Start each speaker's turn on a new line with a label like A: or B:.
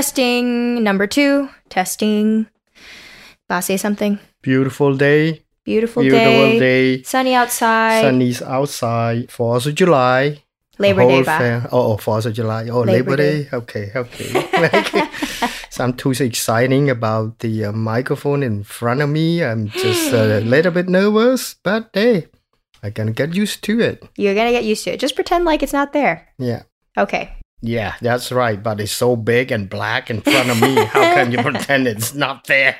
A: Testing number two. Testing. If I say something.
B: Beautiful day.
A: Beautiful,
B: Beautiful
A: day.
B: day.
A: Sunny outside.
B: Sun is outside. 4th of July.
A: Labor Day.
B: whole
A: Ba.
B: fam- oh, oh, 4th of July. Oh, Labor,
A: Labor
B: Day. Okay, okay. like, so I'm too exciting about the uh, microphone in front of me. I'm just a little bit nervous, but hey, I can get used to it.
A: You're gonna get used to it. Just pretend like it's not there.
B: Yeah.
A: Okay.
B: Yeah, that's right. But it's so big and black in front of me. How can you pretend it's not there?